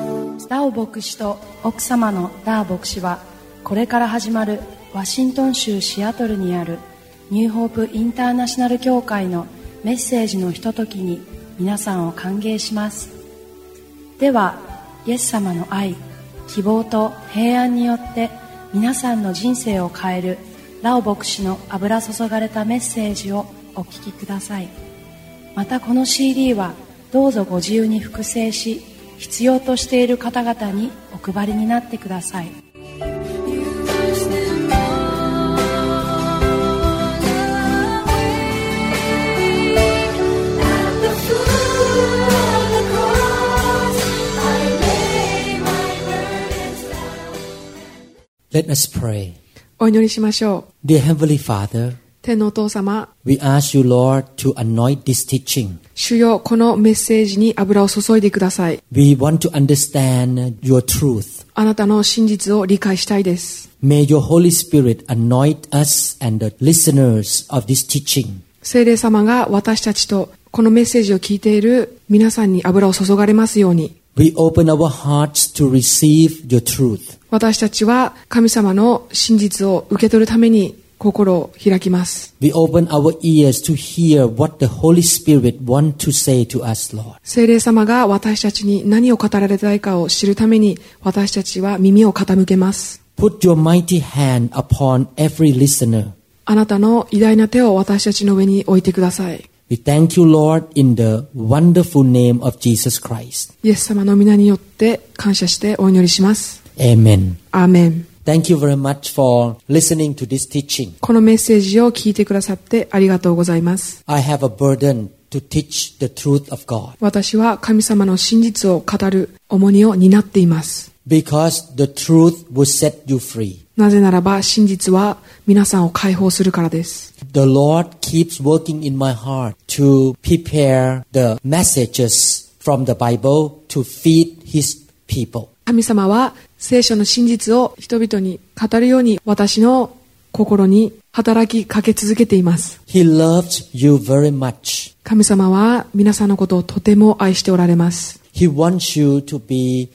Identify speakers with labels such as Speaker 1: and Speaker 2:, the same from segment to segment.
Speaker 1: オ牧師と奥様のダー牧師はこれから始まるワシントン州シアトルにあるニューホープインターナショナル協会のメッセージのひとときに皆さんを歓迎しますではイエス様の愛希望と平安によって皆さんの人生を変えるラオ牧師の油注がれたメッセージをお聞きくださいまたこの CD はどうぞご自由に複製し必要としている方々にお配りになってください
Speaker 2: Let us pray.
Speaker 3: お祈りしましょう。
Speaker 2: Dear Heavenly Father,
Speaker 3: 天のお父様、
Speaker 2: we ask you, Lord, to anoint this teaching.
Speaker 3: 主よこのメッセージに油を注いでください。
Speaker 2: We want to understand your truth.
Speaker 3: あなたの真実を理解したいです。
Speaker 2: May your Holy Spirit anoint us and the listeners of this teaching.
Speaker 3: 聖霊様が私たちとこのメッセージを聞いている皆さんに油を注がれますように。
Speaker 2: We open our hearts to receive your truth.
Speaker 3: 私たちは神様の真実を受け取るために心を開きます。
Speaker 2: We open our ears to hear what the Holy Spirit wants to say to us, Lord.
Speaker 3: 聖霊様が私たちに何を語られたいかを知るために私たちは耳を傾けます。
Speaker 2: Put your mighty hand upon every listener.
Speaker 3: あなたの偉大な手を私たちの上に置いてください。
Speaker 2: We thank you, Lord, in the wonderful name of Jesus Christ.
Speaker 3: イエス様の皆によって感謝してお祈りします。
Speaker 2: Amen.
Speaker 3: アーメン。
Speaker 2: Thank you very much for listening to this teaching.
Speaker 3: このメッセージを聞いてくださってありがとうございます。
Speaker 2: I have a burden to teach the truth of God
Speaker 3: 私は神様の真実を語る重荷を担っています。
Speaker 2: because the truth will set you free.
Speaker 3: なぜならば真実は皆さんを解放するからです。
Speaker 2: The Lord keeps working in my heart to prepare the messages from the Bible to feed His people.
Speaker 3: 神様は聖書の真実を人々に語るように私の心に働きかけ続けています。
Speaker 2: He loves you very much.
Speaker 3: 神様は皆さんのことをとても愛しておられます。
Speaker 2: He wants you to be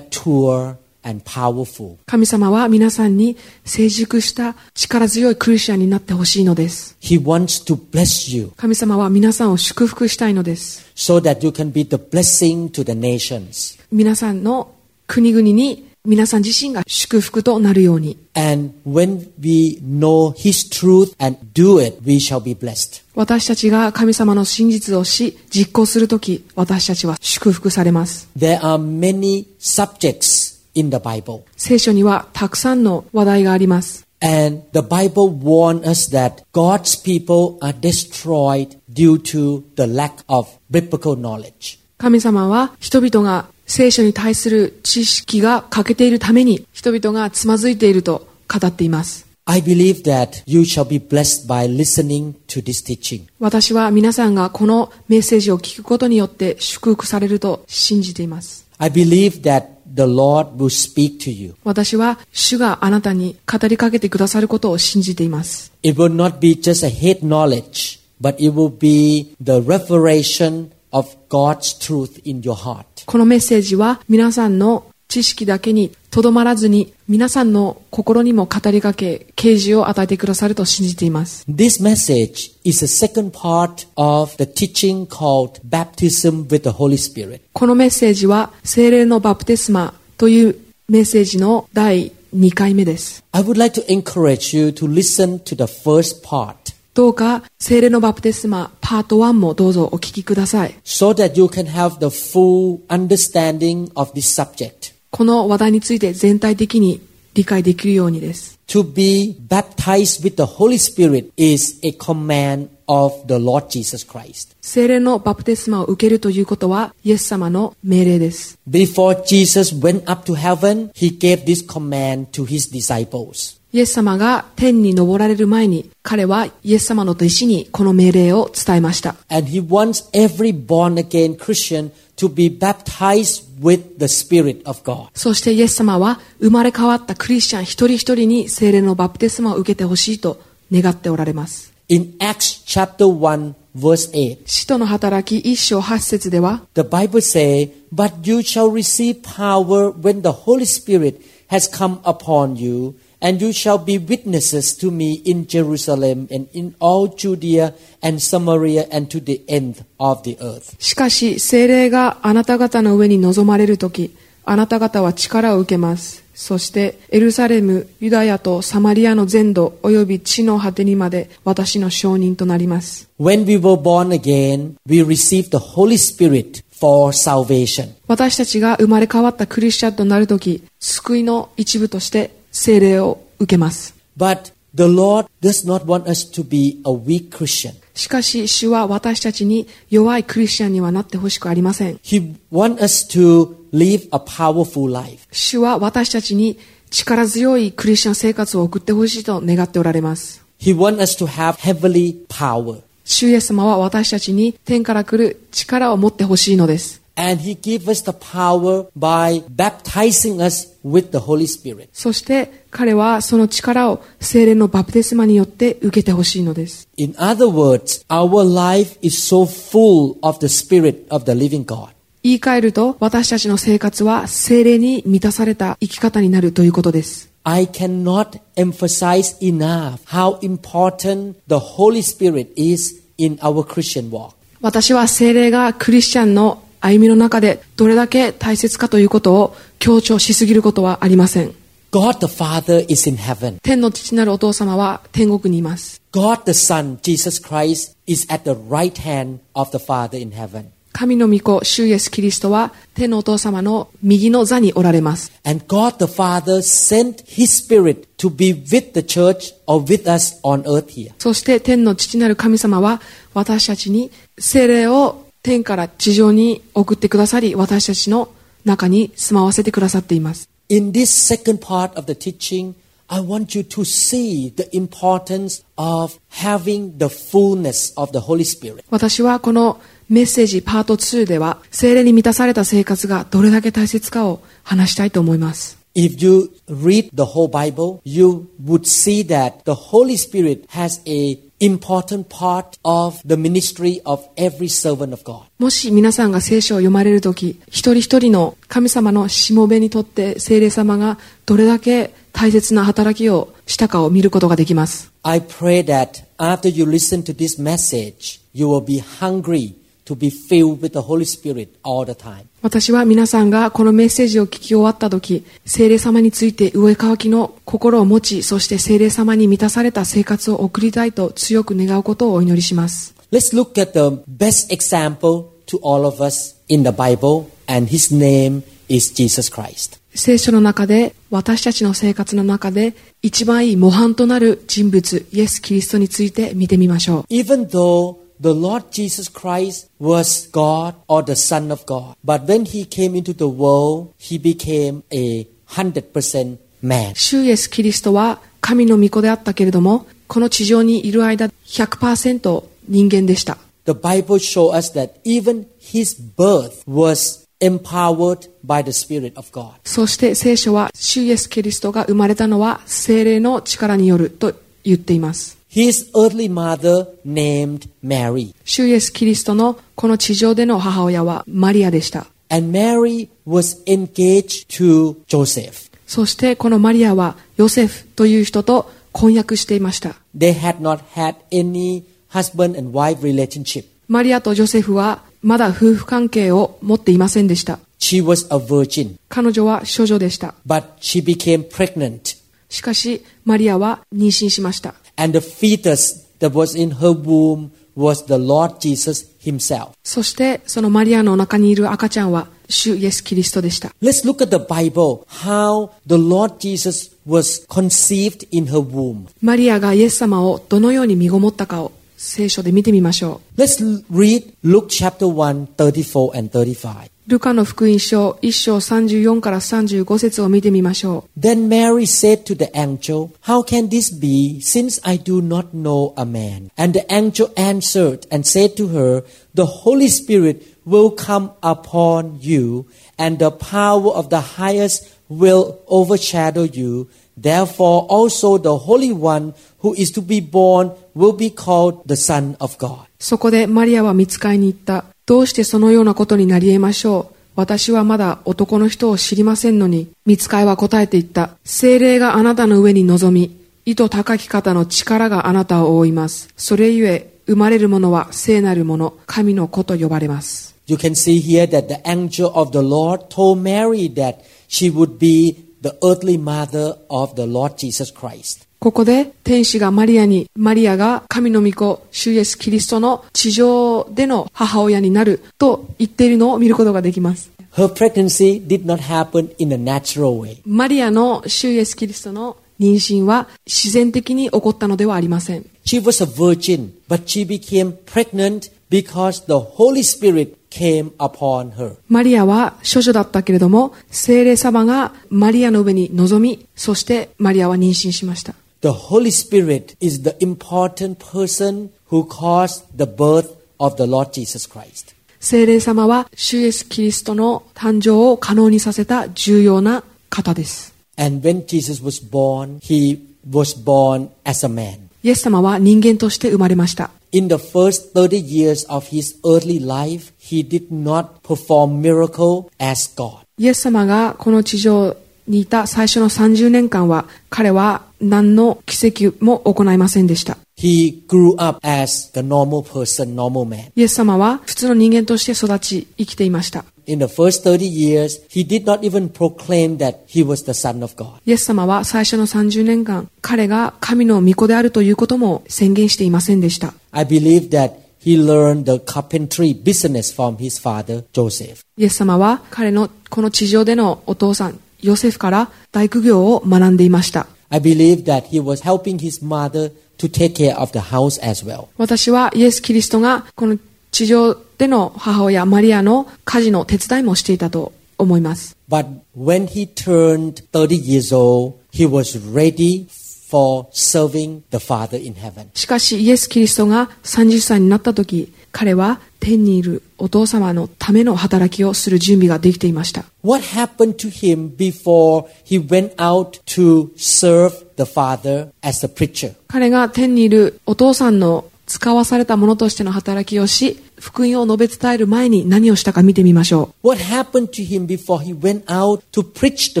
Speaker 2: mature and powerful.
Speaker 3: 神様は皆さんに成熟した力強いクリスチャンになってほしいのです。
Speaker 2: He wants to bless you
Speaker 3: 神様は皆さんを祝福したいのです。
Speaker 2: so that you can be the blessing to the nations.
Speaker 3: 皆さんの国々に皆さん自身が祝福となるように。
Speaker 2: And when we know His truth and do it, we shall be blessed.
Speaker 3: 私たちが神様の真実をし実行するとき私たちは祝福されます。
Speaker 2: There are many subjects in the Bible.
Speaker 3: 聖書にはたくさんの話題があります。
Speaker 2: And the Bible warns us that God's people are destroyed due to the lack of biblical knowledge.
Speaker 3: 神様は人々が聖書に対する知識が欠けているために人々がつまずいていると語っています。
Speaker 2: I believe that you shall be blessed by listening to this teaching.
Speaker 3: 私は皆さんがこのメッセージを聞くことによって祝福されると信じています。
Speaker 2: I believe that the Lord will speak to you.
Speaker 3: 私は主があなたに語りかけてくださることを信じています。
Speaker 2: It will not be just a head knowledge, but it will be the revelation of God's truth in your heart.
Speaker 3: このメッセージは皆さんの知識だけにとどまらずに皆さんの心にも語りかけ、啓示を与えてくださると信じています。
Speaker 2: This message is the second part of the teaching called Baptism with the Holy Spirit.
Speaker 3: このメッセージは精霊のバプテスマというメッセージの第2回目です。
Speaker 2: I would like to encourage you to listen to the first part
Speaker 3: どうか精霊のバプテスマパート1もどうぞお聞きください。
Speaker 2: so that you can have the full understanding of this subject.
Speaker 3: この話題について全体的に理解できるようにです。
Speaker 2: To be baptized with the Holy Spirit is a command of the Lord Jesus Christ.
Speaker 3: 精霊のバプテスマを受けるということは、イエス様の命令です。
Speaker 2: Before Jesus went up to heaven, he gave this command to his disciples.
Speaker 3: イエス様が天に昇られる前に、彼はイエス様の弟子にこの命令を伝えました。
Speaker 2: And he wants every born again Christian to be baptized with the Spirit of God.
Speaker 3: そしてイエス様は、生まれ変わったクリスチャン一人一人に精霊のバプテスマを受けてほしいと願っておられます。
Speaker 2: In Acts chapter 1, verse 8.
Speaker 3: 使徒の働き一章八節では、
Speaker 2: The Bible says, But you shall receive power when the Holy Spirit has come upon you, and you shall be witnesses to me in Jerusalem and in all Judea and Samaria and to the end of the earth.
Speaker 3: しかし精霊があなた方の上に臨まれる時あなた方は力を受けますそしてエルサレムユダヤとサマリアの全土および地の果てにまで私の証人となります
Speaker 2: When we were born again, we received the Holy Spirit for salvation.
Speaker 3: 私たちが生まれ変わったクリスチャンとなる時救いの一部として精霊を受けます
Speaker 2: But the Lord does not want us to be a weak Christian.
Speaker 3: しかし主は私たちに弱いクリスチャンにはなってほしくありません
Speaker 2: He wants us to live a powerful life.
Speaker 3: 主は私たちに力強いクリスチャン生活を送ってほしいと願っておられます
Speaker 2: He wants us to have heavenly power.
Speaker 3: 主イエス様は私たちに天から来る力を持ってほしいのです。
Speaker 2: And He gives us the power by baptizing us with the Holy Spirit.
Speaker 3: そして彼はその力を精霊のバプテスマによって受けてほしいのです。
Speaker 2: In other words, our life is so full of the Spirit of the living God.
Speaker 3: 言い換えると私たちの生活は精霊に満たされた生き方になるということです。
Speaker 2: I cannot emphasize enough how important the Holy Spirit is in our Christian walk.
Speaker 3: 私は精霊がクリスチャンの歩みの中でどれだけ大切かということを強調しすぎることはありません。
Speaker 2: God the Father is in heaven.
Speaker 3: 天の父なるお父様は天国にいます。
Speaker 2: God the Son, Jesus Christ, is at the right hand of the Father in heaven.
Speaker 3: 神の御子、主イエスキリストは天のお父様の右の座におられます。
Speaker 2: And God the Father sent His Spirit to be with the church or with us on earth here.
Speaker 3: そして天の父なる神様は私たちに精霊を天から地上に送ってくださり私たちの中に住まわせてくださっています。
Speaker 2: In this second part of the teaching, I want you to see the importance of having the fullness of the Holy Spirit.
Speaker 3: 私はこのメッセージパート2では精霊に満たされた生活がどれだけ大切かを話したいと思います。
Speaker 2: If you read the whole Bible, you would see that the Holy Spirit has a important part of the ministry of every servant of God.
Speaker 3: もし皆さんが聖書を読まれるとき、一人一人の神様のしもべにとって精霊様がどれだけ大切な働きをしたかを見ることができます。
Speaker 2: I pray that after you listen to this message, you will be hungry to be filled with the Holy Spirit all the time.
Speaker 3: 私は皆さんがこのメッセージを聞き終わった時精霊様について上乾きの心を持ちそして精霊様に満たされた生活を送りたいと強く願うことをお祈りします
Speaker 2: Let's look at the best example to all of us in the Bible, and his name is Jesus Christ.
Speaker 3: 聖書の中で私たちの生活の中で一番いい模範となる人物イエス・キリストについて見てみましょう
Speaker 2: Even though the Lord Jesus Christ was God or the Son of God, but when he came into the world, he became a 100% man.
Speaker 3: 主イエス・キリストは神の御子であったけれどもこの地上にいる間100%人間でした
Speaker 2: The Bible shows us that even his birth was empowered by the Spirit of God.
Speaker 3: そして聖書は、主イエス・キリストが生まれたのは精霊の力によると言っています。
Speaker 2: His earthly mother named Mary,
Speaker 3: 主イエス・キリストのこの地上での母親はマリアでした。
Speaker 2: and Mary was engaged to Joseph.
Speaker 3: そしてこのマリアはヨセフという人と婚約していました。
Speaker 2: They had not had any husband and wife relationship.
Speaker 3: マリアとジョセフはまだ夫婦関係を持っていませんでした。
Speaker 2: She was a virgin,
Speaker 3: 彼女は処女でした。
Speaker 2: but she became pregnant,
Speaker 3: しかし、マリアは妊娠しました。
Speaker 2: and the fetus that was in her womb was the Lord Jesus himself.
Speaker 3: そして、そのマリアのお腹にいる赤ちゃんは、主イエス・キリストでした。
Speaker 2: Let's look at the Bible how the Lord Jesus was conceived in her womb.
Speaker 3: マリアがイエス様をどのように身ごもったかを聖書で見てみましょ
Speaker 2: Let's l- read Luke chapter 1, 34 and 35.
Speaker 3: う。ルカの福音書1章34から35節を見てみましょ
Speaker 2: Then Mary said to the angel, How can this be, since I do not know a man? And the angel answered and said to her, The Holy Spirit will come upon you, and the power of the highest will overshadow you. Therefore, also the Holy One who is to be born will be called the Son of God.
Speaker 3: そこでマリアは見つかいに行った。どうしてそのようなことになり得ましょう私はまだ男の人を知りませんのに。見つかいは答えて言った。精霊があなたの上に臨み、意図高き方の力があなたを覆います。それゆえ、生まれるものは聖なるもの、神の子と呼ばれます。
Speaker 2: You can see here that the angel of the Lord told Mary that she would be the earthly mother of the Lord Jesus Christ.
Speaker 3: ここで天使がマリアに、マリアが神の御子、主イエスキリストの地上での母親になると言っているのを見ることができます。
Speaker 2: Her pregnancy did not happen in a natural way.
Speaker 3: マリアの主イエスキリストの妊娠は自然的に起こったのではありません。
Speaker 2: She was a virgin, but she became pregnant because the Holy Spirit came upon her.
Speaker 3: マリアは処女だったけれども、聖霊様がマリアの上に臨み、そしてマリアは妊娠しました。
Speaker 2: The Holy Spirit is the important person who caused the birth of the Lord Jesus Christ.
Speaker 3: 聖霊様は主イエスキリストの誕生を可能にさせた重要な方です。
Speaker 2: And when Jesus was born, he was born as a man.
Speaker 3: イエス様は人間として生まれました。
Speaker 2: In the first 30 years of his earthly life, he did not perform miracle as God.
Speaker 3: イエス様がこの地上にいた最初の30年間は、彼は何の奇跡も行いませんでした。
Speaker 2: He grew up as the normal person, normal man.
Speaker 3: イエス様は普通の人間として育ち生きていました。
Speaker 2: In the first 30 years, he did not even proclaim that he was the son of God.
Speaker 3: イエス様は最初の30年間、彼が神の御子であるということも宣言していませんでした。
Speaker 2: I believe that he learned the carpentry business from his father, Joseph.
Speaker 3: イエス様は彼のこの地上でのお父さん、ヨセフから大工業を学んでいました。
Speaker 2: I believe that he was helping his mother to take care of the house as well.
Speaker 3: 私はイエス・キリストがこの地上での母親マリアの家事の手伝いもしていたと思います。
Speaker 2: But when he turned 30 years old, he was ready for serving the Father in heaven.
Speaker 3: しかしイエス・キリストが30歳になった時、彼は天にいるお父様のための働きをする準備ができていました。
Speaker 2: What happened to him before he went out to serve the Father as a preacher?
Speaker 3: 彼が天にいるお父さんの使わされたものとしての働きをし、福音を述べ伝える前に何をしたか見てみましょ
Speaker 2: What happened to him before he went out to preach the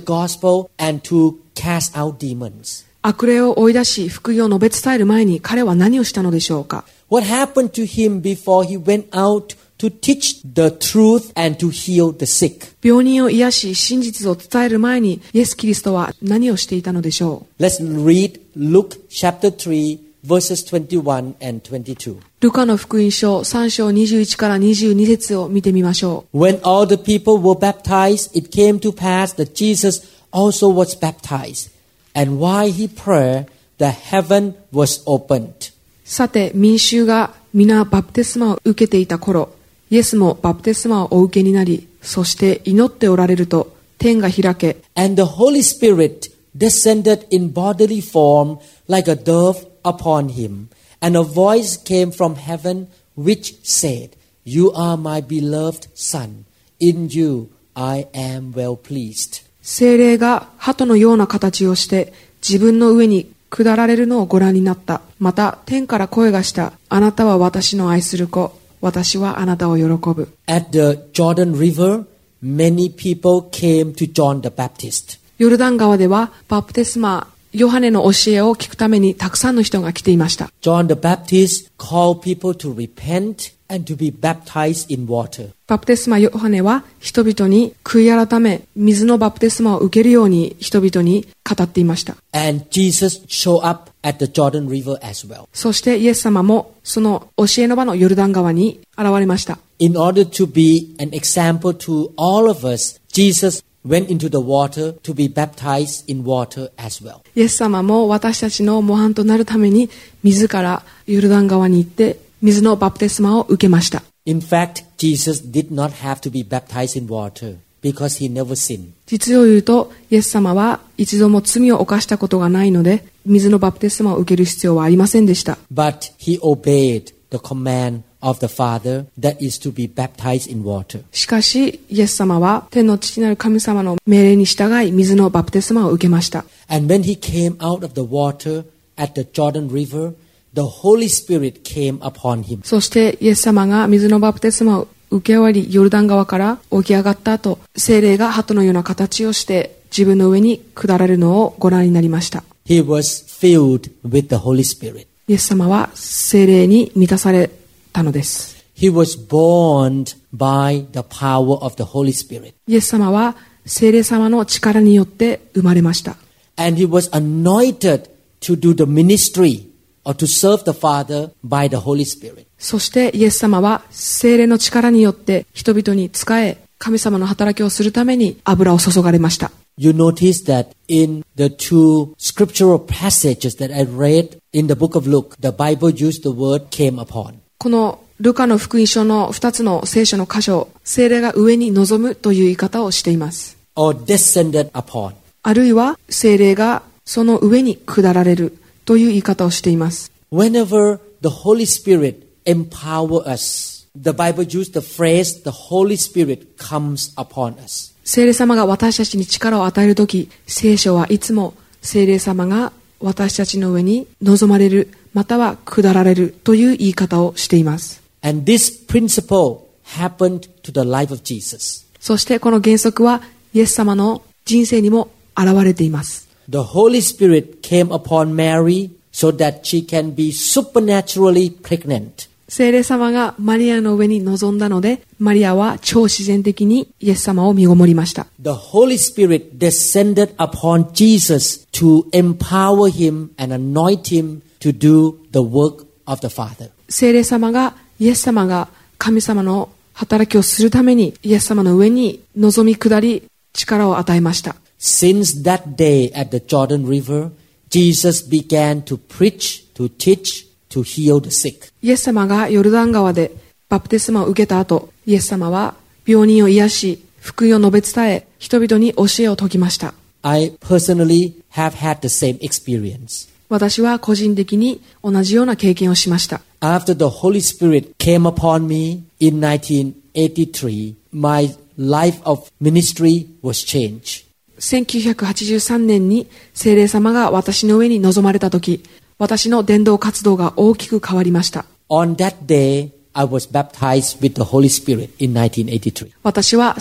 Speaker 2: gospel and to cast out demons?
Speaker 3: う。悪霊を追い出し、福音を述べ伝える前に彼は何をしたのでしょうか
Speaker 2: What happened to him before he went out to teach the truth and to heal the sick?
Speaker 3: 病人を癒し、真実を伝える前に、イエス・キリストは何をしていたのでしょう
Speaker 2: Let's read Luke chapter 3, verses 21 and 22.
Speaker 3: ルカの福音書3章21から22節を見てみましょう。
Speaker 2: When all the people were baptized, it came to pass that Jesus also was baptized. And while he prayed, the heaven was opened.
Speaker 3: さて民衆が皆バプテスマを受けていた頃イエスもバプテスマをお受けになりそして祈っておられると天が開け
Speaker 2: And the Holy Spirit descended in bodily form like a dove upon him. And a voice came from heaven which said, You are my beloved Son. In you I am well pleased.
Speaker 3: 精霊が鳩のような形をして自分の上に下られるのをご覧になったまた天から声がしたあなたは私の愛する子私はあなたを喜ぶ
Speaker 2: At the Jordan River, many people came to John the Baptist.
Speaker 3: ヨルダン川ではバプテスマヨハネの教えを聞くためにたくさんの人が来ていました
Speaker 2: John the Baptist called people to repent and to be baptized in water.
Speaker 3: バプテスマヨハネは人々に悔い改め水のバプテスマを受けるように人々に語っていました。
Speaker 2: And Jesus showed up at the Jordan River as well.
Speaker 3: そしてイエス様もその教えの場のヨルダン川に現れました。
Speaker 2: In order to be an example to all of us, Jesus went into the water to be baptized in water as well.
Speaker 3: イエス様も私たちの模範となるために自らヨルダン川に行って水のバプテスマを受けました。
Speaker 2: In fact, Jesus did not have to be baptized in water because he never sinned.
Speaker 3: 実を言うとイエス様は一度も罪を犯したことがないので水のバプテスマを受ける必要はありませんでした。
Speaker 2: But he obeyed the command of the Father that is to be baptized in water.
Speaker 3: しかし、イエス様は天の父なる神様の命令に従い水のバプテスマを受けました。
Speaker 2: And when he came out of the water at the Jordan River, the Holy Spirit came upon him.
Speaker 3: そしてイエス様が水のバプテスマを受け終わりヨルダン川から起き上がった後精霊が鳩のような形をして自分の上に下られるのをご覧になりました
Speaker 2: He was filled with the Holy Spirit.
Speaker 3: イエス様は精霊に満たされたのです
Speaker 2: He was born by the power of the Holy Spirit.
Speaker 3: イエス様は精霊様の力によって生まれました
Speaker 2: And he was anointed to do the ministry or to serve the Father by the Holy Spirit.
Speaker 3: そしてイエス様は精霊の力によって人々に仕え神様の働きをするために油を注がれました
Speaker 2: You notice that in the two scriptural passages that I read in the book of Luke, the Bible used the word came upon.
Speaker 3: このルカの福音書の2つの聖書の箇所、聖霊が上に臨むという言い方をしています。
Speaker 2: or descended upon.
Speaker 3: あるいは聖霊がその上に下られるという言い方をしています。
Speaker 2: Whenever the Holy Spirit empower us, the Bible used the phrase the Holy Spirit comes upon us.
Speaker 3: 聖霊様が私たちに力を与えるとき、聖書はいつも聖霊様が私たちの上に臨まれる、または下られるという言い方をしています。
Speaker 2: And this principle happened to the life of Jesus.
Speaker 3: そしてこの原則はイエス様の人生にも現れています。
Speaker 2: The Holy Spirit came upon Mary so that she can be supernaturally pregnant.
Speaker 3: 聖霊様がマリアの上に臨んだので、マリアは超自然的にイエス様を身ごもりました。
Speaker 2: The Holy Spirit descended upon Jesus to empower him and anoint him to do the work of the Father.
Speaker 3: 聖霊様が、イエス様が神様の働きをするために、イエス様の上に望み下り、力を与えました。
Speaker 2: Since that day at the Jordan River, Jesus began to preach, to teach, to heal the sick.
Speaker 3: イエス様がヨルダン川でバプテスマを受けた後、イエス様は病人を癒し、福音を述べ伝え、人々に教えを説きました。
Speaker 2: I personally have had the same experience.
Speaker 3: 私は個人的に同じような経験をしました。
Speaker 2: After the Holy Spirit came upon me in 1983, my life of ministry was changed.
Speaker 3: 1983年に聖霊様が私の上に臨まれた時私の伝道活動が大きく変わりました
Speaker 2: On that day, I was baptized with the Holy Spirit in 1983.
Speaker 3: 私は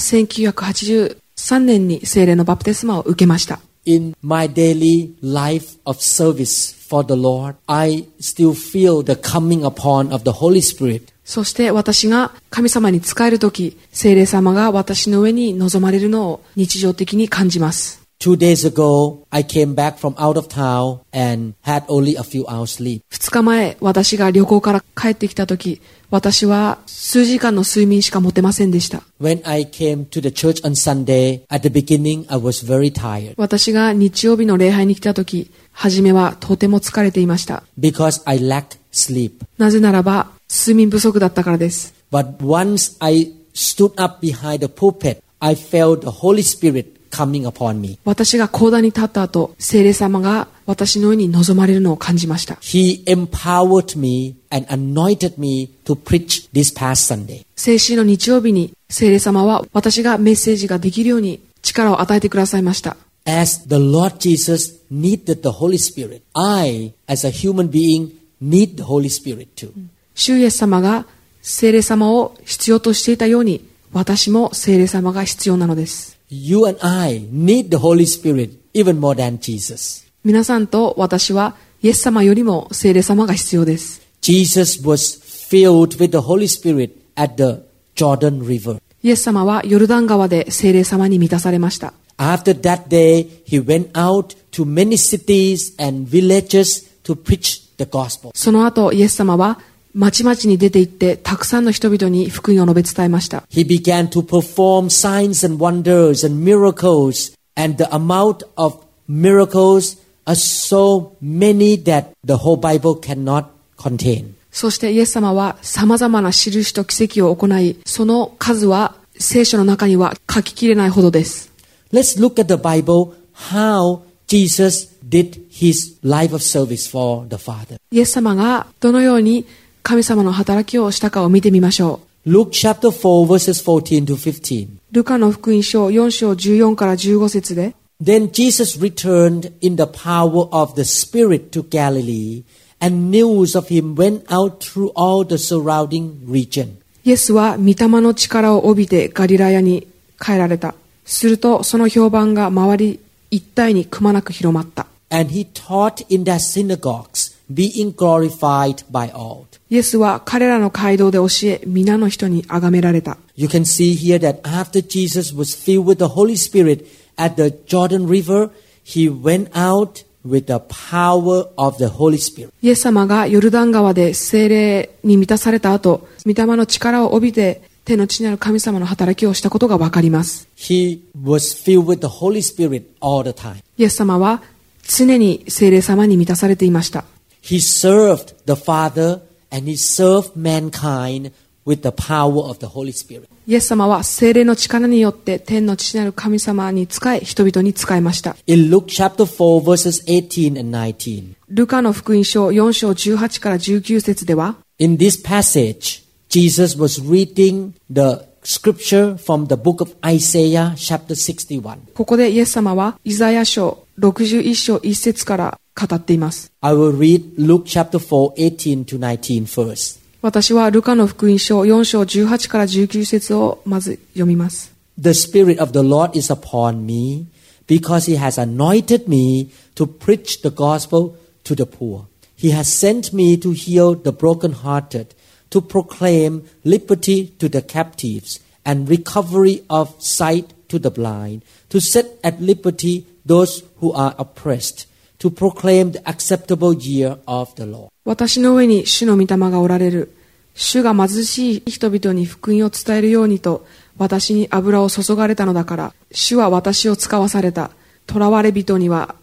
Speaker 3: 1983年に聖霊のバプテスマを受けました
Speaker 2: In my daily life of service for the Lord, I still feel the coming upon of the Holy Spirit
Speaker 3: そして私が神様に仕える時聖霊様が私の上に臨まれるのを日常的に感じます
Speaker 2: Two days ago, I came back from out of town and had only a few hours sleep.
Speaker 3: 2日前私が旅行から帰ってきた時私は数時間の睡眠しか持てませんでした
Speaker 2: When I came to the church on Sunday, at the beginning, I was very tired
Speaker 3: 私が日曜日の礼拝に来た時初めはとても疲れていました
Speaker 2: because I lacked sleep.
Speaker 3: なぜならば、睡眠不足だったからです。
Speaker 2: But once I stood up behind the pulpit, I felt the Holy Spirit coming upon me.
Speaker 3: 私が講談に立った後、聖霊様が私の上に望まれるのを感じました。
Speaker 2: He empowered me and anointed me to preach this past Sunday.
Speaker 3: 先週の日曜日に、聖霊様は私がメッセージができるように力を与えてくださいました。
Speaker 2: As the Lord Jesus needed the Holy Spirit, I, as a human being, need the Holy Spirit too.
Speaker 3: 主イエス様が聖霊様を必要としていたように、私も聖霊様が必要なのです。
Speaker 2: You and I need the Holy Spirit even more than Jesus.
Speaker 3: 皆さんと私は、イエス様よりも聖霊様が必要です。
Speaker 2: Jesus was filled with the Holy Spirit at the Jordan River.
Speaker 3: イエス様はヨルダン川で聖霊様に満たされました。
Speaker 2: After that day, he went out to many cities and villages to preach the gospel.
Speaker 3: その後、イエス様は、町々に出て行って、たくさんの人々に福音を述べ伝えました。
Speaker 2: He began to perform signs and wonders and miracles, and the amount of miracles are so many that the whole Bible cannot contain.
Speaker 3: そしてイエス様は、様々な印と奇跡を行い、その数は、聖書の中には書ききれないほどです。
Speaker 2: Let's look at the Bible how Jesus did his life of service for the Father.
Speaker 3: イエス様が、どのように神様の働きをしたかを見てみましょ
Speaker 2: Luke chapter 4 verses 14 to 15.
Speaker 3: う。ルカの福音書4章14から15節で、
Speaker 2: Then Jesus returned in the power of the Spirit to Galilee, and news of him went out through all the surrounding region.
Speaker 3: イエスは御霊の力を帯びてガリラヤに帰られた。するとその評判が周り一帯にくまなく広まった。
Speaker 2: And he taught in their synagogues, being glorified by all.
Speaker 3: イエスは彼らの街道で教え、皆の人に崇められた。
Speaker 2: You can see here that after Jesus was filled with the Holy Spirit at the Jordan River, he went out with the power of the Holy Spirit.
Speaker 3: イエス様がヨルダン川で精霊に満たされた後、御霊の力を帯びて手の地にある神様の働きをしたことがわかります。
Speaker 2: He was filled with the Holy Spirit all the time.
Speaker 3: イエス様は常に精霊様に満たされていました。
Speaker 2: He served the Father and he served mankind with the power of the Holy Spirit.
Speaker 3: イエス様は精霊の力によって天の父なる神様に仕え、人々に仕えました。
Speaker 2: In Luke chapter 4 verses 18 and 19,
Speaker 3: ルカの福音書4章18から19節では、
Speaker 2: in this passage, Jesus was reading the scripture from the book of Isaiah chapter 61.
Speaker 3: ここでイエス様はイザヤ書61章1節から語っています。
Speaker 2: I will read Luke chapter 4, 18 to 19 first.
Speaker 3: 私はルカの福音書4章18から19節をまず読みます。
Speaker 2: The Spirit of the Lord is upon me because He has anointed me to preach the gospel to the poor. He has sent me to heal the brokenhearted, to proclaim liberty to the captives and recovery of sight to the blind, to set at liberty those who are oppressed, to proclaim the acceptable year of the Lord.
Speaker 3: 私の上に主の御霊がおられる。主が貧しい人々に福音を伝えるようにと、私に油を注がれたのだから、主は私を使わされた。囚われ人には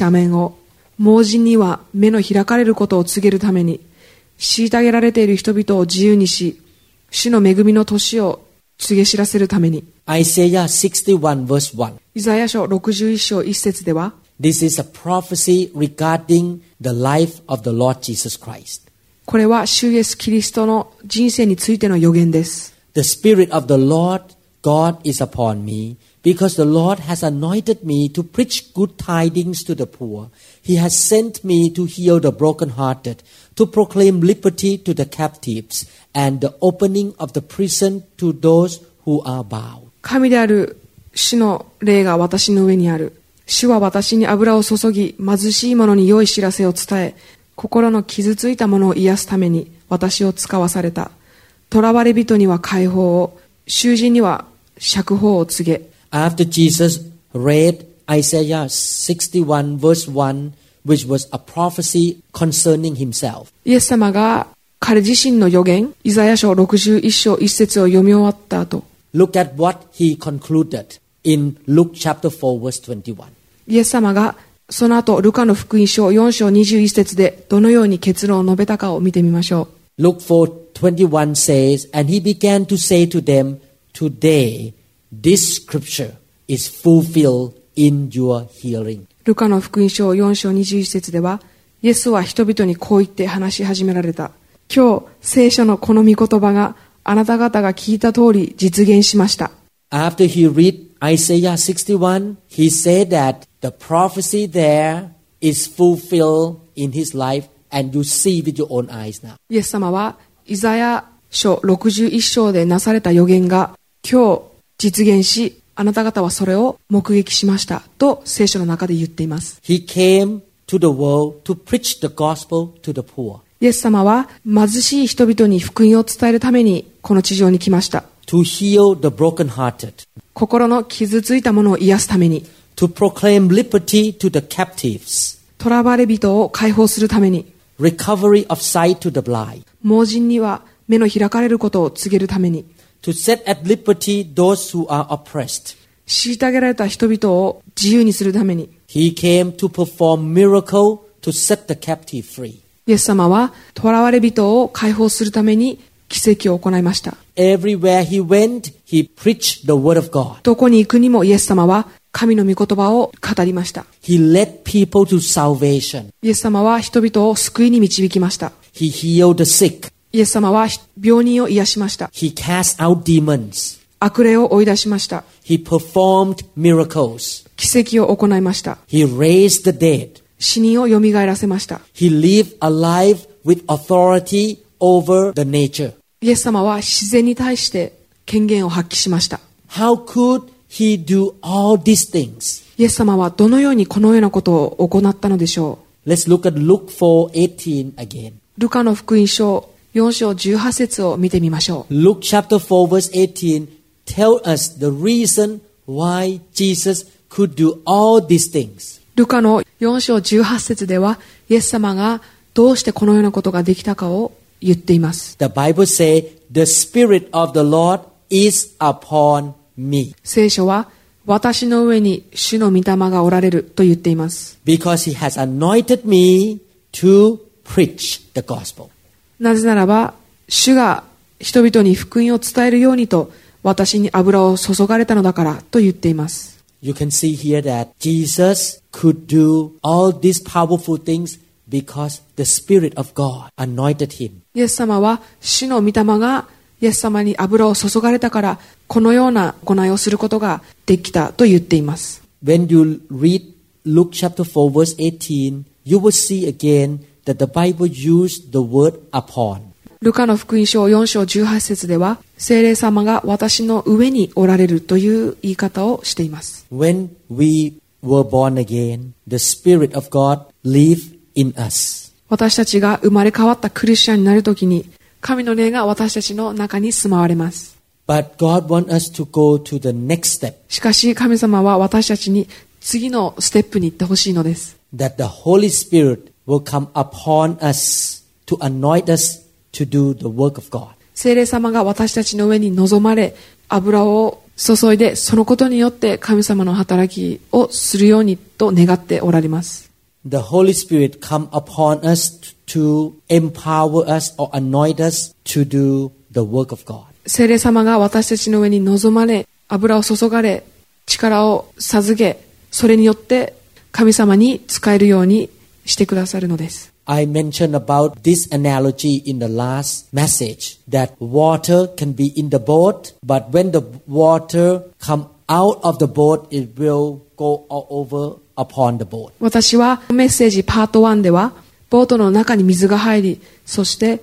Speaker 3: 斜面を、盲人には目の開かれることを告げるために、虐げられている人々を自由にし、主の恵みの年を告げ知らせるために。
Speaker 2: Isaiah 61 verse 1.
Speaker 3: イザヤ書61章1節では、
Speaker 2: This is a prophecy regarding the life of the Lord Jesus Christ.
Speaker 3: これは主イエスキリストの人生についての予言です。
Speaker 2: The Spirit of the Lord God is upon me because the Lord has anointed me to preach good tidings to the poor. He has sent me to heal the brokenhearted, to proclaim liberty to the captives, and the opening of the prison to those who are bound.
Speaker 3: 神である主の霊が私の上にある。主は私に油を注ぎ、貧しい者に良い知らせを伝え、心の傷ついた者を癒すために私を使わされた。囚われ人には解放を、囚人には釈放を告げ、
Speaker 2: After Jesus read Isaiah 61 verse 1, which was a prophecy concerning himself.
Speaker 3: イエス様が彼自身の予言、イザヤ書61章1節を読み終わった後、
Speaker 2: Look at what he concluded in Luke chapter 4, verse 21.
Speaker 3: イエス様がその後ルカの福音書4章21節でどのように結論を述べたかを見てみましょう。
Speaker 2: Luke 4, 21 says, And he began to say to them, Today this scripture is fulfilled in your hearing.
Speaker 3: ルカの福音書4章21節では、イエスは人々にこう言って話し始められた。今日、聖書のこの御言葉があなた方が聞いた通り実現しました。
Speaker 2: After he read Isaiah 61, he said that the prophecy there is fulfilled in his life, and you see with your own eyes now.
Speaker 3: イエス様は、イザヤ書61章でなされた予言が今日実現し、あなた方はそれを目撃しましたと聖書の中で言っています。
Speaker 2: He came to the world to preach the gospel to the poor.
Speaker 3: イエス様は貧しい人々に福音を伝えるためにこの地上に来ました。
Speaker 2: to heal the brokenhearted,
Speaker 3: 心の傷ついたものを癒すために、
Speaker 2: to proclaim liberty to the captives,
Speaker 3: 囚われ人を解放するために、
Speaker 2: recovery of sight to the blind,
Speaker 3: 盲人には目の開かれることを告げるために、
Speaker 2: to set at liberty those who are oppressed.
Speaker 3: 虐げられた人々を自由にするために、
Speaker 2: He came to perform miracle to set the captive free.
Speaker 3: イエス様は囚われ人を解放するために奇跡を行いました。
Speaker 2: Everywhere he went, he preached the word of God.
Speaker 3: どこに行くにもイエス様は神の御言葉を語りました。
Speaker 2: He led people to salvation.
Speaker 3: イエス様は人々を救いに導きました。
Speaker 2: He healed the sick.
Speaker 3: イエス様は病人を癒しました。
Speaker 2: He cast out demons.
Speaker 3: 悪霊を追い出しました
Speaker 2: He performed miracles.
Speaker 3: 奇跡を行いました
Speaker 2: He raised the dead.
Speaker 3: 死人をよみがえらせました
Speaker 2: He lived a life with authority over the nature.
Speaker 3: イエス様は自然に対して権限を発揮しました
Speaker 2: How could he do all these things?
Speaker 3: イエス様はどのようにこのようなことを行ったのでしょ
Speaker 2: Let's look at Luke 4:18 again.
Speaker 3: うルカの福音書4章18節を見てみましょう
Speaker 2: Luke chapter 4 verse 18 tell us the reason why Jesus could do all these things.
Speaker 3: ルカの4章18節ではイエス様がどうしてこのようなことができたかを言っています
Speaker 2: The Bible says, "The spirit of the Lord is upon me,
Speaker 3: 聖書は私の上に主の御霊がおられると言っています
Speaker 2: because he has anointed me to preach the gospel."
Speaker 3: なぜならば主が人々に福音を伝えるようにと私に油を注がれたのだからと言っています
Speaker 2: You can see here that Jesus could do all these powerful things because the Spirit of God anointed him.
Speaker 3: イエス様は主の御霊がイエス様に油を注がれたからこのような行いをすることができたと言っています
Speaker 2: When you read Luke chapter 4 verse 18, you will see again that the Bible used the word upon.
Speaker 3: ルカの福音書4章18節では聖霊様が私の上におられるという言い方をしています
Speaker 2: When we were born again, the Spirit of God lived in us.
Speaker 3: 私たちが生まれ変わったクリスチャンになるときに神の霊が私たちの中に住まわれます
Speaker 2: But God wants us to go to the next step
Speaker 3: しかし神様は私たちに次のステップに行ってほしいのです
Speaker 2: that the Holy Spirit will come upon us to anoint us to do the work of God.
Speaker 3: 聖霊様が私たちの上に望まれ油を注いでそのことによって神様の働きをするようにと願っておられます
Speaker 2: The Holy Spirit come upon us to empower us or anoint us to do the work of God.
Speaker 3: 聖霊様が私たちの上に望まれ油を注がれ力を授けそれによって神様に使えるようにしてくださるのです
Speaker 2: I mentioned about this analogy in the last message that water can be in the boat, but when the water come out of the boat, it will go all over upon the boat.
Speaker 3: 私はメッセージパート1ではボートの中に水が入りそして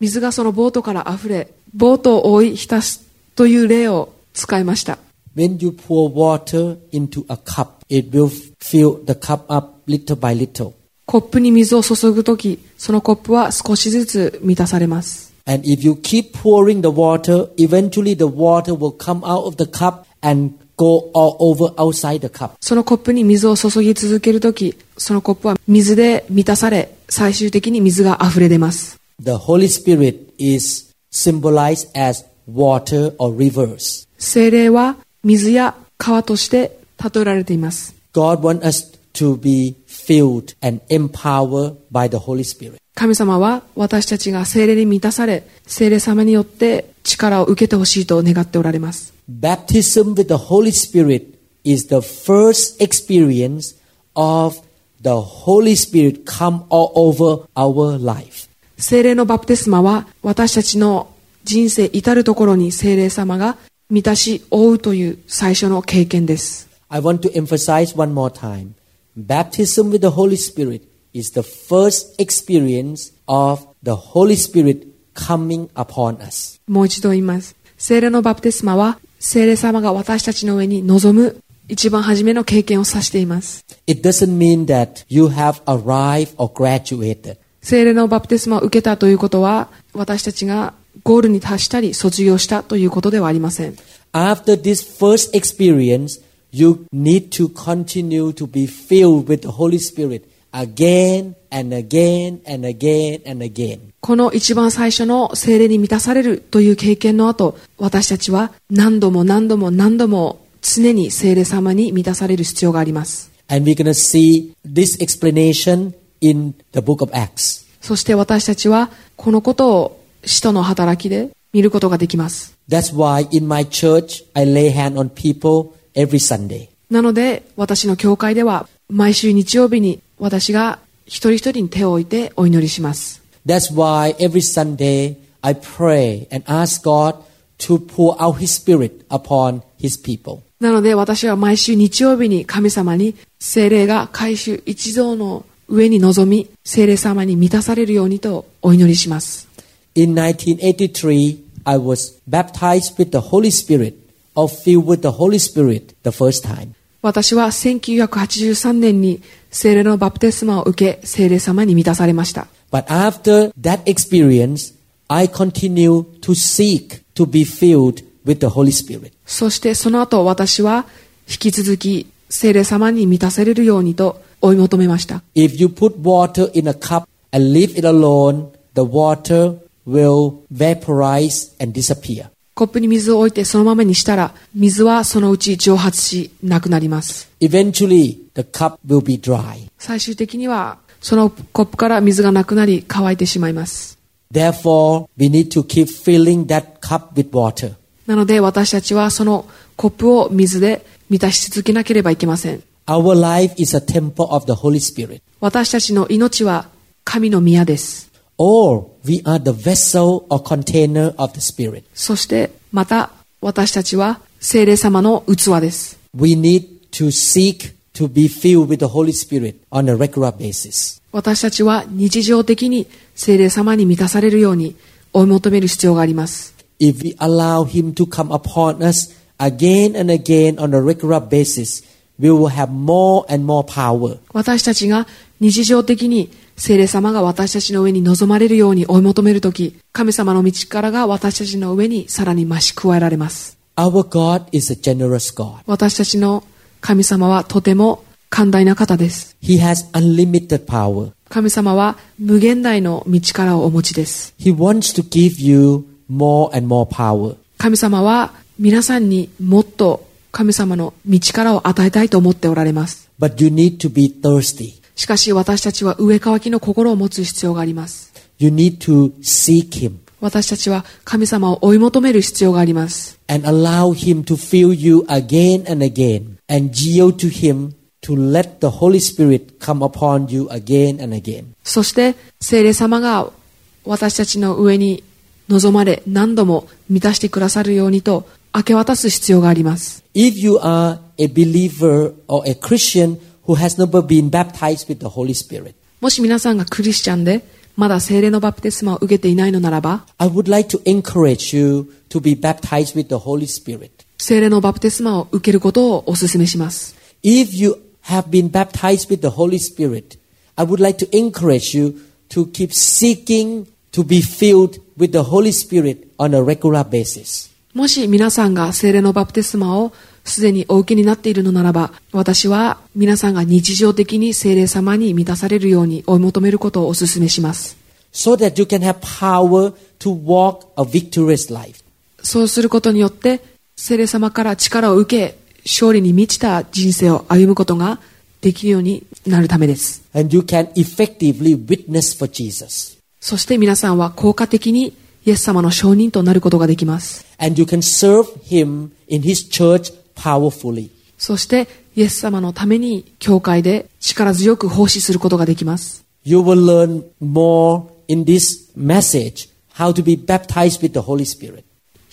Speaker 3: 水がそのボートから溢れボートを覆い浸すという例を使いました
Speaker 2: When you pour water into a cup, it will fill the cup up little by little.
Speaker 3: コップに水を注ぐときそのコップは少しずつ満たされます
Speaker 2: And if you keep pouring the water, eventually the water will come out of the cup and go all over outside the cup.
Speaker 3: そのコップに水を注ぎ続けるときそのコップは水で満たされ最終的に水が溢れ出ます
Speaker 2: The Holy Spirit is symbolized as water or rivers.
Speaker 3: 精霊は水や川として例えられています
Speaker 2: God wants us to be filled and empowered by the Holy Spirit.
Speaker 3: 神様は私たちが精霊に満たされ精霊様によって力を受けてほしいと願っておられます
Speaker 2: Baptism with the Holy Spirit is the first experience of the Holy Spirit come all over our life.
Speaker 3: 精霊のバプテスマは私たちの人生至るところに精霊様が満たし覆うという最初の経験です
Speaker 2: I want to emphasize one more time. Baptism with the Holy Spirit is the first experience of the Holy Spirit coming upon us.
Speaker 3: もう一度言います精霊のバプテスマは精霊様が私たちの上に臨む一番初めの経験を指しています
Speaker 2: It doesn't mean that you have arrived or graduated.
Speaker 3: 精霊のバプテスマを受けたということは私たちがゴールに達したり卒業したということではありません
Speaker 2: After this first experience, you need to continue to be filled with the Holy Spirit again and again and again and again.
Speaker 3: この一番最初の精霊に満たされるという経験の後、私たちは何度も何度も何度も常に精霊様に満たされる必要があります。
Speaker 2: And we're going to see this explanation in the book of Acts.
Speaker 3: そして私たちはこのことを使徒の働きで見ることができます。
Speaker 2: That's why in my church I lay hand on people every Sunday.
Speaker 3: なので私の教会では毎週日曜日に私が一人一人に手を置いてお祈りします。
Speaker 2: That's why every Sunday I pray and ask God to pour out His Spirit upon His people.
Speaker 3: なので私は毎週日曜日に神様に精霊が回収一同の上に臨み精霊様に満たされるようにとお祈りします
Speaker 2: In 1983, I was baptized with the Holy Spirit or filled with the Holy Spirit the first time.
Speaker 3: 私は1983年に精霊のバプテスマを受け精霊様に満たされました
Speaker 2: But after that experience, I continue to seek to be filled with the Holy Spirit.
Speaker 3: そしてその後私は引き続き精霊様に満たされるようにと追い求めました
Speaker 2: If you put water in a cup and leave it alone, the water will vaporize and disappear.
Speaker 3: コップに水を置いてそのままにしたら水はそのうち蒸発しなくなります
Speaker 2: Eventually, the cup will be dry.
Speaker 3: 最終的にはそのコップから水がなくなり乾いてしまいます
Speaker 2: Therefore, we need to keep filling that cup with water.
Speaker 3: なので私たちはそのコップを水で満たし続けなければいけません
Speaker 2: Our life is a temple of the Holy Spirit,
Speaker 3: 私たちの命は神の宮です
Speaker 2: or we are the vessel or container of the Spirit.
Speaker 3: そしてまた私たちは精霊様の器です
Speaker 2: We need to seek to be filled with the Holy Spirit on a regular basis.
Speaker 3: 私たちは日常的に精霊様に満たされるように追い求める必要があります
Speaker 2: If we allow Him to come upon us again and again on a regular basis, we will have more and more power.
Speaker 3: 私たちが日常的に精霊様が私たちの上に望まれるように追い求めるとき神様の道からが私たちの上にさらに増し加えられます
Speaker 2: Our God is a generous God.
Speaker 3: 私たちの神様はとても寛大な方です
Speaker 2: He has unlimited power.
Speaker 3: 神様は無限大の道からをお持ちです
Speaker 2: He wants to give you more and more power.
Speaker 3: 神様は皆さんにもっと神様の道からを与えたいと思っておられます
Speaker 2: But you need to be thirsty.
Speaker 3: しかし私たちは上乾きの心を持つ必要があります。
Speaker 2: You need to seek Him
Speaker 3: 私たちは神様を追い求める必要があります。
Speaker 2: and allow Him to fill you again and again and yield to Him to let the Holy Spirit come upon you again and again.
Speaker 3: そして聖霊様が私たちの上に望まれ何度も満たしてくださるようにと明け渡す必要があります。
Speaker 2: If you are a believer or a Christian who has never been baptized with the Holy Spirit,
Speaker 3: もし皆さんがクリスチャンでまだ聖霊のバプテスマを受けていないのならば、
Speaker 2: I would like to encourage you to be baptized with the Holy Spirit.
Speaker 3: 聖霊のバプテスマを受けることをお勧めします。
Speaker 2: If you have been baptized with the Holy Spirit, I would like to encourage you to keep seeking to be filled with the Holy Spirit on a regular basis.
Speaker 3: もし皆さんが聖霊のバプテスマをすでにお受けになっているのならば、私は皆さんが日常的に聖霊様に満たされるように追い求めることをお勧めします。
Speaker 2: so that you can have power to walk a victorious life.
Speaker 3: そうすることによって、聖霊様から力を受け、勝利に満ちた人生を歩むことができるようになるためです。
Speaker 2: And you can effectively witness for Jesus.
Speaker 3: そして皆さんは効果的にイエス様の証人となることができます。
Speaker 2: And you can serve Him in His church powerfully.
Speaker 3: そしてイエス様のために教会で力強く奉仕することができます。
Speaker 2: You will learn more in this message how to be baptized with the Holy Spirit.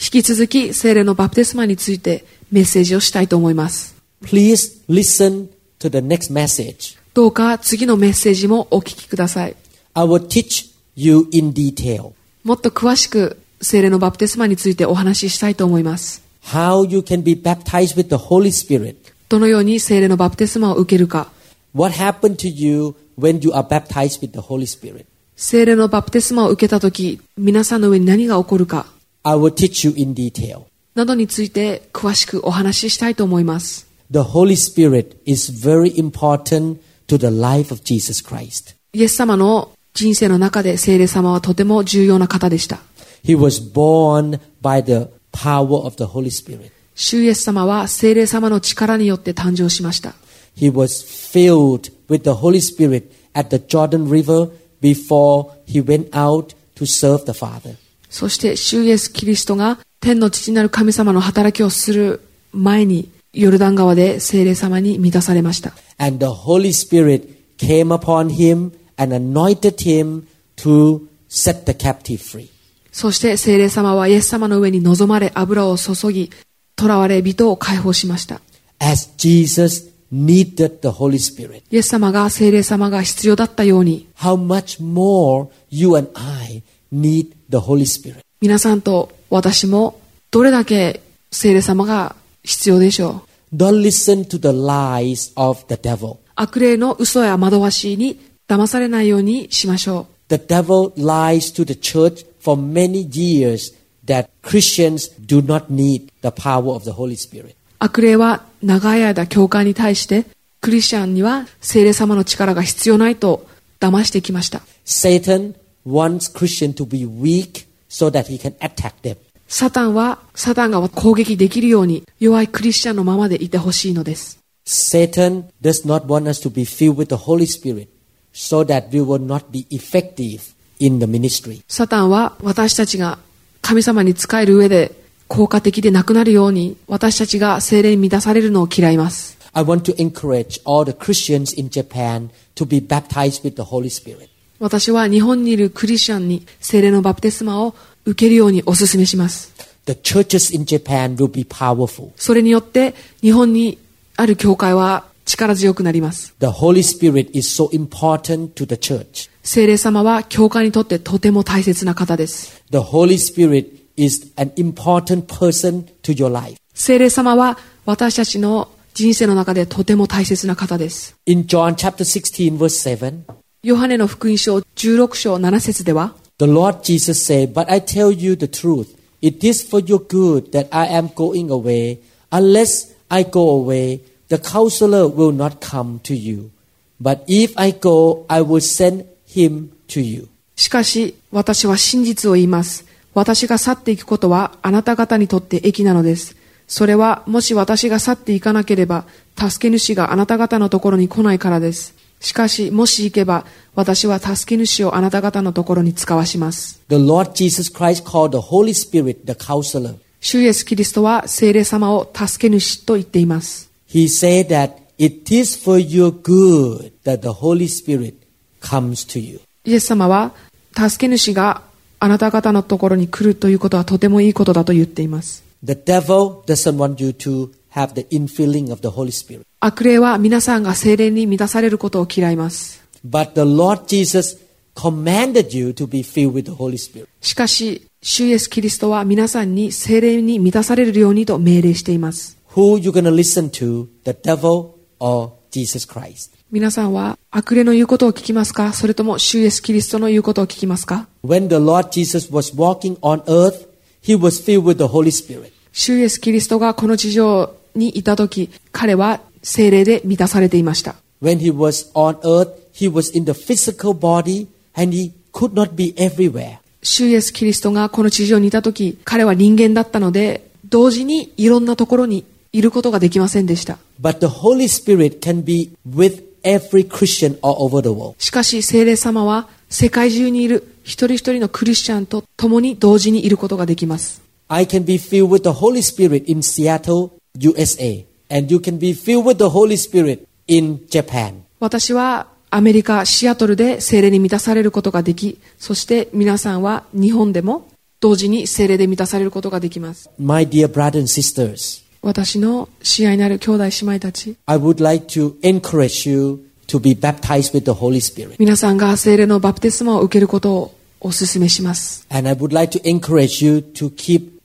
Speaker 3: 引き続き聖霊のバプテスマについてメッセージをしたいと思います。
Speaker 2: Please listen to the next message.
Speaker 3: どうか次のメッセージもお聞きください。
Speaker 2: I will teach you in detail
Speaker 3: もっと詳しく聖霊のバプテスマについてお話ししたいと思います。
Speaker 2: how you can be baptized with the Holy Spirit.
Speaker 3: どのように聖霊のバプテスマを受けるか、
Speaker 2: What happened to you when you are baptized with the Holy Spirit?
Speaker 3: 聖霊のバプテスマを受けたとき、皆さんの上に何が起こるか、
Speaker 2: I will teach you in detail.
Speaker 3: などについて詳しくお話ししたいと思います。
Speaker 2: The Holy Spirit is very important to the life of Jesus Christ.
Speaker 3: イエス様の人生の中で聖霊様はとても重要な方でした。
Speaker 2: He was born by the power of the Holy Spirit.
Speaker 3: 主イエス様は聖霊様の力によって誕生しました。
Speaker 2: He was filled with the Holy Spirit at the Jordan River before he went out to serve the Father.
Speaker 3: そして、主イエス・キリストが天の父なる神様の働きをする前に、ヨルダン川で聖霊様に満たされました。
Speaker 2: And the Holy Spirit came upon him and anointed him to set the captive free.
Speaker 3: そして聖霊様はイエス様の上に望まれ油を注ぎ、囚われ人を解放しました。
Speaker 2: as Jesus needed the Holy Spirit.
Speaker 3: イエス様が聖霊様が必要だったように、
Speaker 2: How much more you and I need the Holy Spirit.
Speaker 3: 皆さんと私もどれだけ聖霊様が必要でしょう。
Speaker 2: Don't listen to the lies of the devil.
Speaker 3: 悪霊の嘘や惑わしに騙されないようにしましょう。
Speaker 2: The devil lies to the church for many years that Christians do not need the power of the Holy Spirit.
Speaker 3: 悪霊は長い間教会に対してクリスチャンには聖霊様の力が必要ないと騙してきました。
Speaker 2: Satan wants Christians to be weak so that he can attack them.
Speaker 3: サタンは、サタンが攻撃できるように弱いクリスチャンのままでいてほしいのです。
Speaker 2: Satan does not want us to be filled with the Holy Spirit so that we will not be effective in the ministry.
Speaker 3: サタンは私たちが神様に仕える上で効果的でなくなるように私たちが精霊に満たされるのを嫌います。
Speaker 2: I want to encourage all the Christians in Japan to be baptized with the Holy Spirit.
Speaker 3: 私は日本にいるクリスチャンに精霊のバプテスマを受けるようにお勧めします。
Speaker 2: The churches in Japan will be powerful.
Speaker 3: それによって日本にある教会は力強くなります。
Speaker 2: The Holy Spirit is so important to the church.
Speaker 3: 聖霊様は教会にとってとても大切な方です。
Speaker 2: The Holy Spirit is an important person to your life.
Speaker 3: 聖霊様は私たちの人生の中でとても大切な方です。
Speaker 2: In John chapter 16 verse 7,
Speaker 3: ヨハネの福音書16章7節では、
Speaker 2: The Lord Jesus said, But I tell you the truth, it is for your good that I am going away. Unless I go away, the counselor will not come to you. But if I go, I will send him to you.
Speaker 3: しかし私は真実を言います。私が去っていくことはあなた方にとって益なのです。それはもし私が去っていかなければ、助け主があなた方のところに来ないからです。しかしもし行けば、私は助け主をあなた方のところに使わします。
Speaker 2: The Lord Jesus Christ called the Holy Spirit the counselor.
Speaker 3: 主イエスキリストは聖霊様を助け主と言っています。
Speaker 2: He said that it is for your good that the Holy Spirit comes to you.
Speaker 3: イエス様は、助け主があなた方のところに来るということはとてもいいことだと言っています。
Speaker 2: The devil doesn't want you to have the infilling of the Holy Spirit.
Speaker 3: 悪霊は皆さんが精霊に満たされることを嫌います。
Speaker 2: But the Lord Jesus commanded you to be filled with the Holy Spirit.
Speaker 3: しかし、主イエスキリストは皆さんに精霊に満たされるようにと命令しています。
Speaker 2: Who you going to listen to, the devil or Jesus Christ?
Speaker 3: 皆さんは悪霊の言うことを聞きますかそれとも主イエスキリストの言うことを聞きますか
Speaker 2: When the Lord Jesus was walking on earth, he was filled with the Holy Spirit.
Speaker 3: 主イエスキリストがこの地上にいた時、彼は精霊で満たされていました。
Speaker 2: When he was on earth, he was in the physical body and he could not be everywhere.
Speaker 3: 主イエスキリストがこの地上にいた時、彼は人間だったので、同時にいろんなところにいることができませんでした。
Speaker 2: But the Holy Spirit can be with every Christian all over the world.
Speaker 3: しかし聖霊様は世界中にいる一人一人のクリスチャンと共に同時にいることができます。
Speaker 2: I can be filled with the Holy Spirit in Seattle, USA, and you can be filled with the Holy Spirit in Japan.
Speaker 3: 私はアメリカ・シアトルで聖霊に満たされることができ、そして皆さんは日本でも同時に聖霊で満たされることができます。
Speaker 2: My dear brothers and sisters,
Speaker 3: 私の試合になる兄弟姉妹たち、
Speaker 2: I would like to encourage you to be baptized with the Holy Spirit.
Speaker 3: 皆さんが聖霊のバプテスマを受けることをお勧めします。
Speaker 2: And I would like to encourage you to keep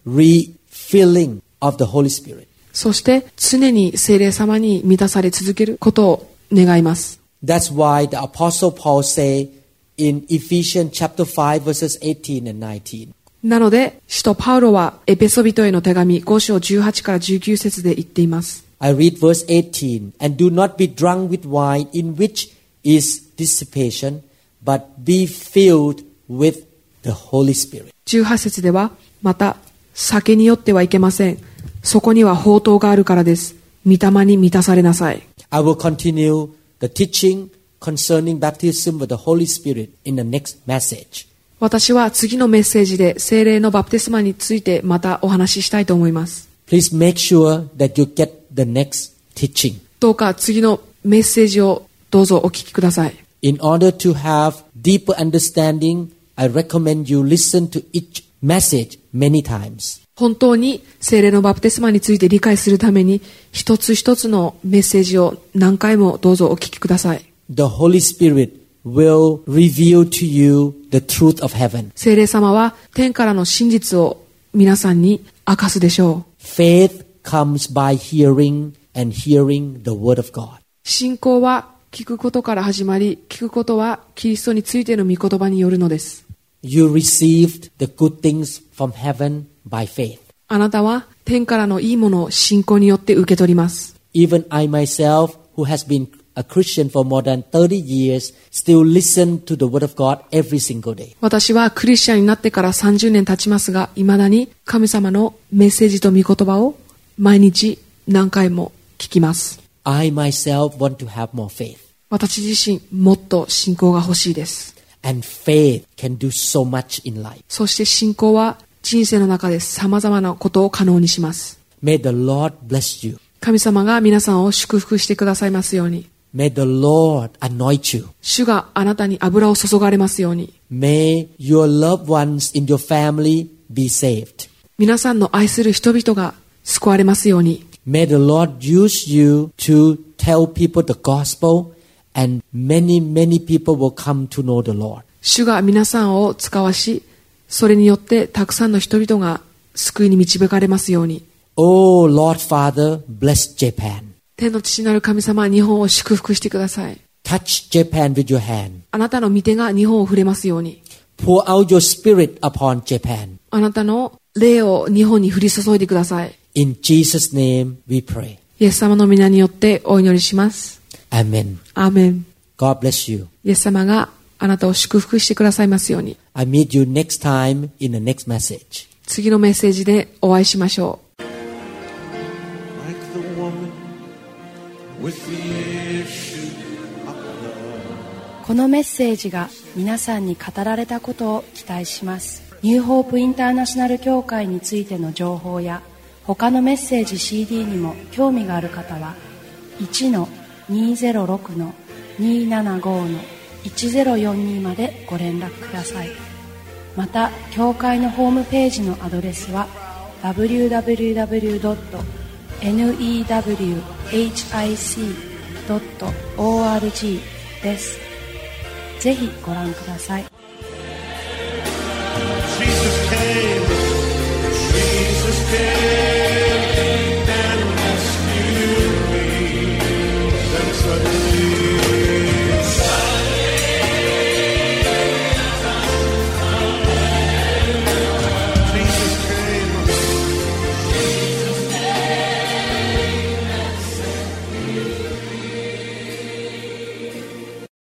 Speaker 2: refilling of the Holy Spirit.
Speaker 3: そして常に聖霊様に満たされ続けることを願います。
Speaker 2: That's why the Apostle Paul say in Ephesians chapter 5 verses 18 and 19,
Speaker 3: なので、使徒パウロはエペソビトへの手紙5章18から19節で言っています。
Speaker 2: I read verse 18 and do not be drunk with wine in which is dissipation, but be filled with the Holy Spirit.
Speaker 3: 18節では、また、酒に酔ってはいけません。そこには宝刀があるからです。御霊に満たされなさい。
Speaker 2: I will continue the teaching concerning baptism with the Holy Spirit in the next message.
Speaker 3: 私は次のメッセージで聖霊のバプテスマについてまたお話ししたいと思います。
Speaker 2: Please make sure that you get the next teaching.
Speaker 3: どうか次のメッセージをどうぞお聞きください。
Speaker 2: In order to have deeper understanding, I recommend you listen to each message many times.
Speaker 3: 本当に精霊のバプテスマについて理解するために一つ一つのメッセージを何回もどうぞお聞きください
Speaker 2: The Holy Spirit will reveal to you the truth of heaven.
Speaker 3: 精霊様は天からの真実を皆さんに明かすでしょう
Speaker 2: Faith comes by hearing and hearing the Word of God.
Speaker 3: 信仰は聞くことから始まり聞くことはキリストについての御言葉によるのです
Speaker 2: You received the good things from heaven by faith.
Speaker 3: あなたは天からのいいものを信仰によって受け取ります
Speaker 2: Even I myself, who has been a Christian for more than 30 years, still listen to the Word of God every single day.
Speaker 3: 私はクリスチャンになってから30年経ちますが、未だに神様のメッセージと御言葉を毎日何回も聞きます。
Speaker 2: I myself want to have more faith.
Speaker 3: 私自身もっと信仰が欲しいです。
Speaker 2: And faith can do so much in life.
Speaker 3: そして信仰は人生の中で様々なことを可能にします。
Speaker 2: May the Lord bless you.
Speaker 3: 神様が皆さんを祝福してくださいますように。
Speaker 2: May the Lord anoint you.
Speaker 3: 主があなたに油を注がれますように。
Speaker 2: May your loved ones in your family be saved.
Speaker 3: 皆さんの愛する人々が救われますように。
Speaker 2: May the Lord use you to tell people the gospel, and many, many people will come to know the Lord.
Speaker 3: 主が皆さんを使わし、それによってたくさんの人々が救いに導かれますように。
Speaker 2: Oh, Lord Father, bless Japan.
Speaker 3: 天の父なる神様、日本を祝福してください。
Speaker 2: Touch Japan with your hand.
Speaker 3: あなたの御手が日本を触れますように。
Speaker 2: Pour out your spirit upon Japan.
Speaker 3: あなたの霊を日本に降り注いでください。
Speaker 2: In Jesus' name we pray.
Speaker 3: イエス様の皆によってお祈りします。
Speaker 2: Amen.
Speaker 3: アーメン。
Speaker 2: God bless you.
Speaker 3: イエス様があなたを祝福してくださいますように。
Speaker 2: I meet you next time in the next message.
Speaker 3: 次のメッセージでお会いしましょう。
Speaker 4: like the woman with the issue of blood.
Speaker 1: このメッセージが皆さんに語られたことを期待しますニューホープインターナショナル協会についての情報や他のメッセージ CD にも興味がある方は1-206-275-1042までご連絡くださいまた教会のホームページのアドレスは www.newhic.org ですぜひご覧ください